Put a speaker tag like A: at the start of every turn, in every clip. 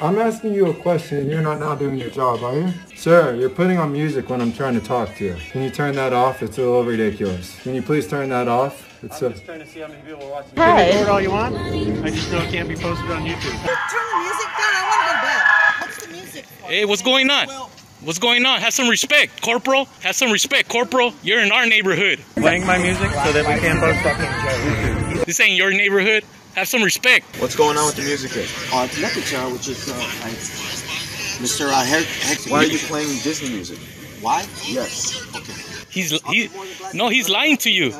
A: I'm asking you a question and you're not now doing your job, are you? Sir, you're putting on music when I'm trying to talk to you. Can you turn that off? It's a little ridiculous. Can you please turn that off? It's
B: I'm
A: a...
B: just trying to see how many people are watching.
C: Hey.
B: You can do it all you want. I just know it can't be posted on YouTube.
D: Turn the music down. I want to go to bed. What's the music for?
E: Hey, what's going on?
D: Well,
E: What's going on? Have some respect, Corporal. Have some respect, Corporal. You're in our neighborhood.
B: Playing my music so that we can post on YouTube.
E: This ain't your neighborhood. Have some respect.
F: What's going on with the music here?
G: uh, Lecture, which is uh, like Mr. Uh, Her- Hex.
F: Why are you playing Disney music?
G: Why?
F: Yes.
E: He's he, no, he's lying to you.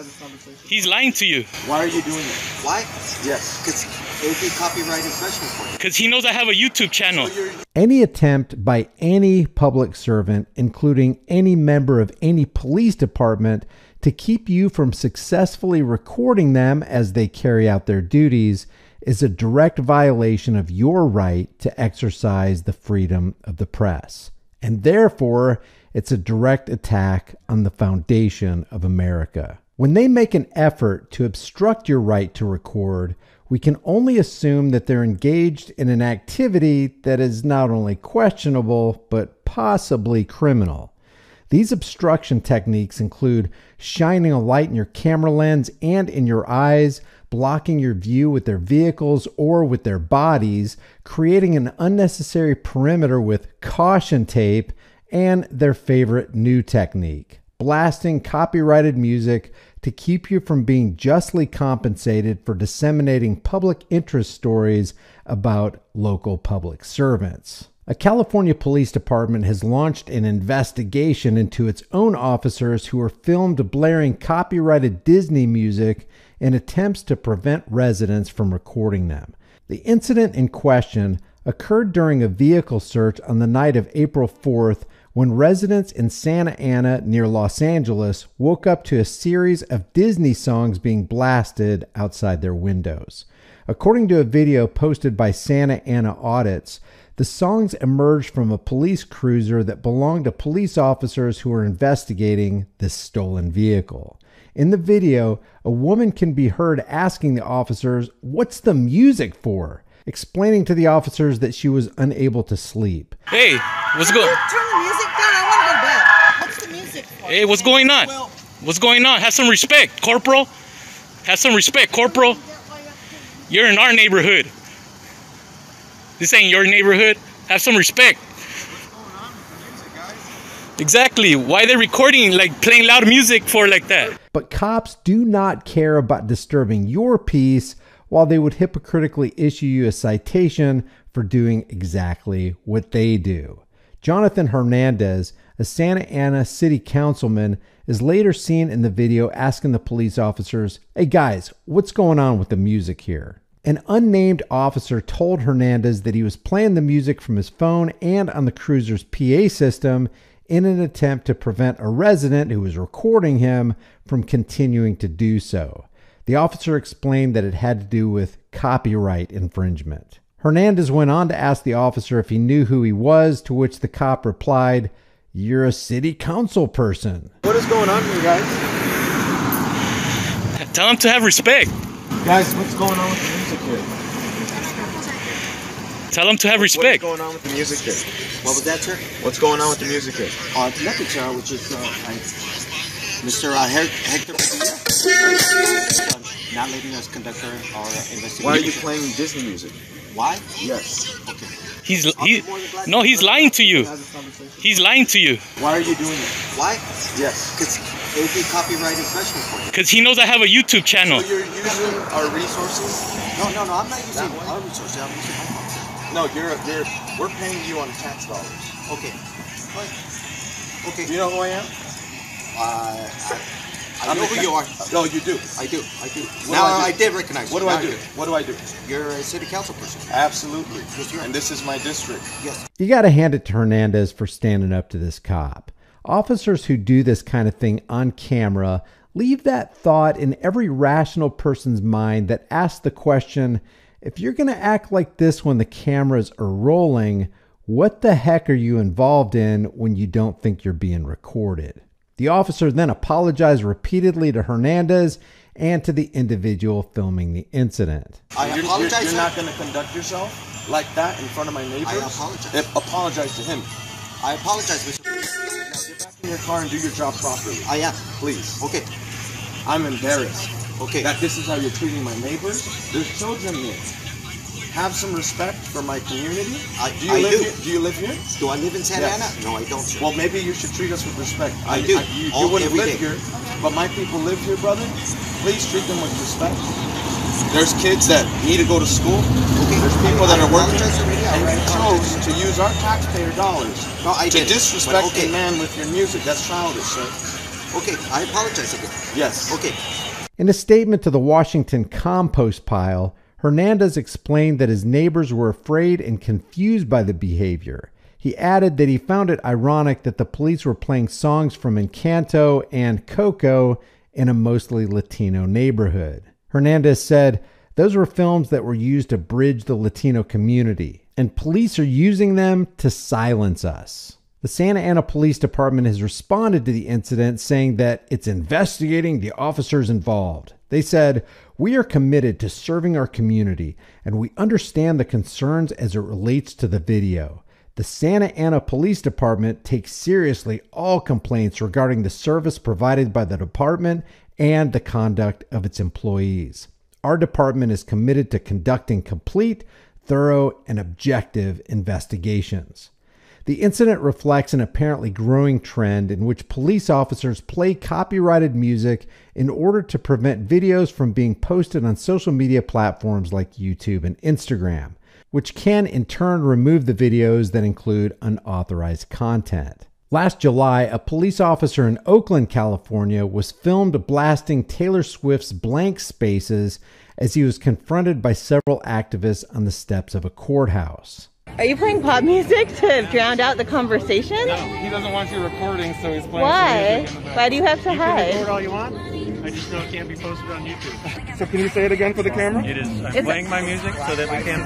E: He's lying to you
G: Why are you doing it? Why?
F: Yes.
G: Because it would be copyright infringement for you.
E: because he knows I have a YouTube channel.
H: Any attempt by any public servant, including any member of any police department, to keep you from successfully recording them as they carry out their duties is a direct violation of your right to exercise the freedom of the press. And therefore, it's a direct attack on the foundation of America. When they make an effort to obstruct your right to record, we can only assume that they're engaged in an activity that is not only questionable, but possibly criminal. These obstruction techniques include shining a light in your camera lens and in your eyes, blocking your view with their vehicles or with their bodies, creating an unnecessary perimeter with caution tape, and their favorite new technique blasting copyrighted music to keep you from being justly compensated for disseminating public interest stories about local public servants. A California police department has launched an investigation into its own officers who were filmed blaring copyrighted Disney music in attempts to prevent residents from recording them. The incident in question occurred during a vehicle search on the night of April 4th when residents in Santa Ana near Los Angeles woke up to a series of Disney songs being blasted outside their windows. According to a video posted by Santa Ana Audits, the songs emerged from a police cruiser that belonged to police officers who were investigating this stolen vehicle. In the video, a woman can be heard asking the officers, What's the music for? explaining to the officers that she was unable to sleep.
E: Hey, what's going?
D: Turn the music down. I want to go to bed. What's the music for?
E: Hey, what's going on?
D: Well,
E: What's going on? Have some respect, Corporal. Have some respect, Corporal. You're in our neighborhood. This ain't your neighborhood. Have some respect. Exactly. Why they recording like playing loud music for like that?
H: But cops do not care about disturbing your peace while they would hypocritically issue you a citation for doing exactly what they do. Jonathan Hernandez, a Santa Ana city councilman, is later seen in the video asking the police officers, Hey guys, what's going on with the music here? An unnamed officer told Hernandez that he was playing the music from his phone and on the cruiser's PA system in an attempt to prevent a resident who was recording him from continuing to do so. The officer explained that it had to do with copyright infringement. Hernandez went on to ask the officer if he knew who he was, to which the cop replied, You're a city council person.
F: What is going on here, guys?
E: Tell them to have respect.
F: Guys, what's going on with the music here?
E: Tell them to have
F: What's
E: respect.
F: going on with the music here?
G: What was that, sir?
F: What's going on with the music here?
G: Uh, Lecture, which is uh, like Mr. Uh, Her- Hector Padilla. Um, not letting us conduct our, our investigation.
F: Why are you playing Disney music?
G: Why?
F: Yes.
E: He's he, no, he's lying to you. He's lying to you
G: Why are you doing it? Why?
F: Yes.
G: Because it would be copyright infringement for you.
E: because he knows I have a YouTube channel.
F: So you're using our resources?
G: No, no, no. I'm not using our resources. I'm using my phone.
F: No, you're you're we're paying you on tax dollars.
G: Okay. What? Okay.
F: Do you know who I am?
G: Uh, I, I know who you are.
F: No, you do.
G: I do. I do.
F: What
G: now
F: do I
G: I,
F: do?
G: did recognize
F: What do
G: you.
F: I
G: Now
F: do? What do I do?
G: You're a city council person.
F: Absolutely.
G: Yes, you are.
F: And this is my district.
G: Yes.
H: You got to hand it to Hernandez for standing up to this cop. Officers who do this kind of thing on camera leave that thought in every rational person's mind that asks the question if you're going to act like this when the cameras are rolling, what the heck are you involved in when you don't think you're being recorded? The officer then apologized repeatedly to Hernandez and to the individual filming the incident.
G: I
F: You're- you're-
G: apologize.
F: You're
G: sir.
F: not going to conduct yourself? like that in front of my neighbor,
G: I apologize.
F: apologize to him.
G: I apologize, Mr. President.
F: Now get back in your car and do your job properly.
G: I am.
F: Please.
G: Okay,
F: I'm embarrassed.
G: okay.
F: that this is how you're treating my neighbors. There's children here. Have some respect for my community.
G: I-
F: do you
G: I do.
F: live here? Do you live here?
G: Do I live in Santa
F: Yes.
G: Ana? No, I don't, sir.
F: Well, maybe you should treat us with respect.
G: I do.
F: you
G: All-
F: you wouldn't
G: every
F: live
G: day.
F: here, but my people live here, brother. Please treat them with respect. There's kids that need to go to school.
G: okay.
F: There's people that
G: I
F: are working
G: apologize already. I
F: and
G: already
F: chose
G: apologized.
F: to use our taxpayer dollars
G: No, I
F: to
G: did.
F: disrespect
G: But okay.
F: a man with your music. That's childish, sir.
G: Oh, Okay, I apologize again.
F: Yes.
G: Okay,
H: In a statement to the Washington compost pile, Hernandez explained that his neighbors were afraid and confused by the behavior. He added that he found it ironic that the police were playing songs from Encanto and Coco in a mostly Latino neighborhood. Hernandez said, Those were films that were used to bridge the Latino community, and police are using them to silence us. The Santa Ana Police Department has responded to the incident, saying that it's investigating the officers involved. They said, We are committed to serving our community, and we understand the concerns as it relates to the video. The Santa Ana Police Department takes seriously all complaints regarding the service provided by the department and the conduct of its employees. Our department is committed to conducting complete, thorough, and objective investigations. The incident reflects an apparently growing trend in which police officers play copyrighted music in order to prevent videos from being posted on social media platforms like YouTube and Instagram, which can in turn remove the videos that include unauthorized content. Last July, a police officer in Oakland, California was filmed blasting Taylor Swift's blank spaces as he was confronted by several activists on the steps of a courthouse.
C: Are you playing pop music to drown out the conversation?
B: He doesn't want you recording, so he's playing.
C: Why? Why do you have to
B: can
C: hide?
B: record all you want. I just know it can't be posted on YouTube. So can you say it again for the camera? It is. I'm playing my music so that we can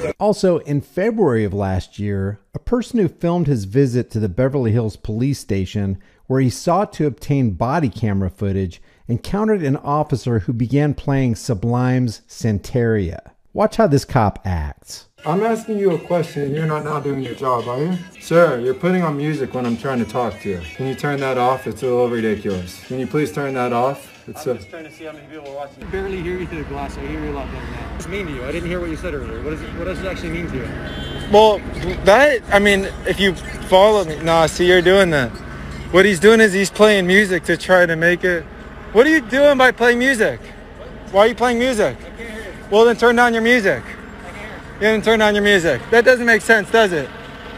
B: post
H: Also, in February of last year, a person who filmed his visit to the Beverly Hills police station where he sought to obtain body camera footage encountered an officer who began playing Sublime's Santeria. Watch how this cop acts.
A: I'm asking you a question. You're not now doing your job, are you? Sir, you're putting on music when I'm trying to talk to you. Can you turn that off? It's a little ridiculous. Can you please turn that off? It's a,
B: trying to see how many people are watching. I barely hear you through the glass. I hear you a lot better now. It's mean to you. I didn't hear what you said earlier. What, is it, what does it actually mean to you?
I: Well, that I mean, if you follow me, nah. See, you're doing that. What he's doing is he's playing music to try to make it. What are you doing by playing music? Why are you playing music? Well, then turn down your music. You didn't turn down your music. That doesn't make sense, does it?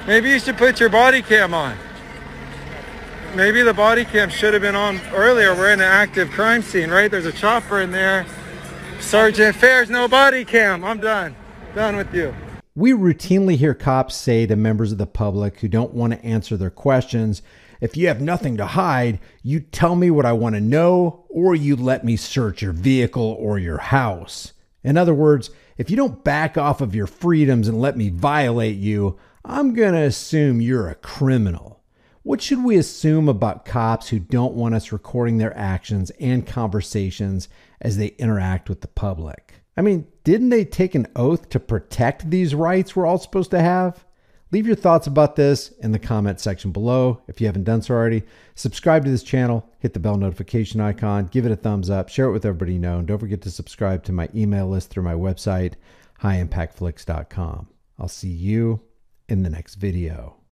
I: Maybe you should put your body cam on. Maybe the body cam should have been on earlier. We're in an active crime scene, right? There's a chopper in there. Sergeant Fair's no body cam. I'm done. Done with you.
H: We routinely hear cops say to members of the public who don't want to answer their questions, if you have nothing to hide, you tell me what I want to know, or you let me search your vehicle or your house. In other words, if you don't back off of your freedoms and let me violate you, I'm going to assume you're a criminal. What should we assume about cops who don't want us recording their actions and conversations as they interact with the public? I mean, didn't they take an oath to protect these rights we're all supposed to have? Leave your thoughts about this in the comment section below if you haven't done so already. Subscribe to this channel, hit the bell notification icon, give it a thumbs up, share it with everybody you know, and don't forget to subscribe to my email list through my website, highimpactflix.com. I'll see you in the next video.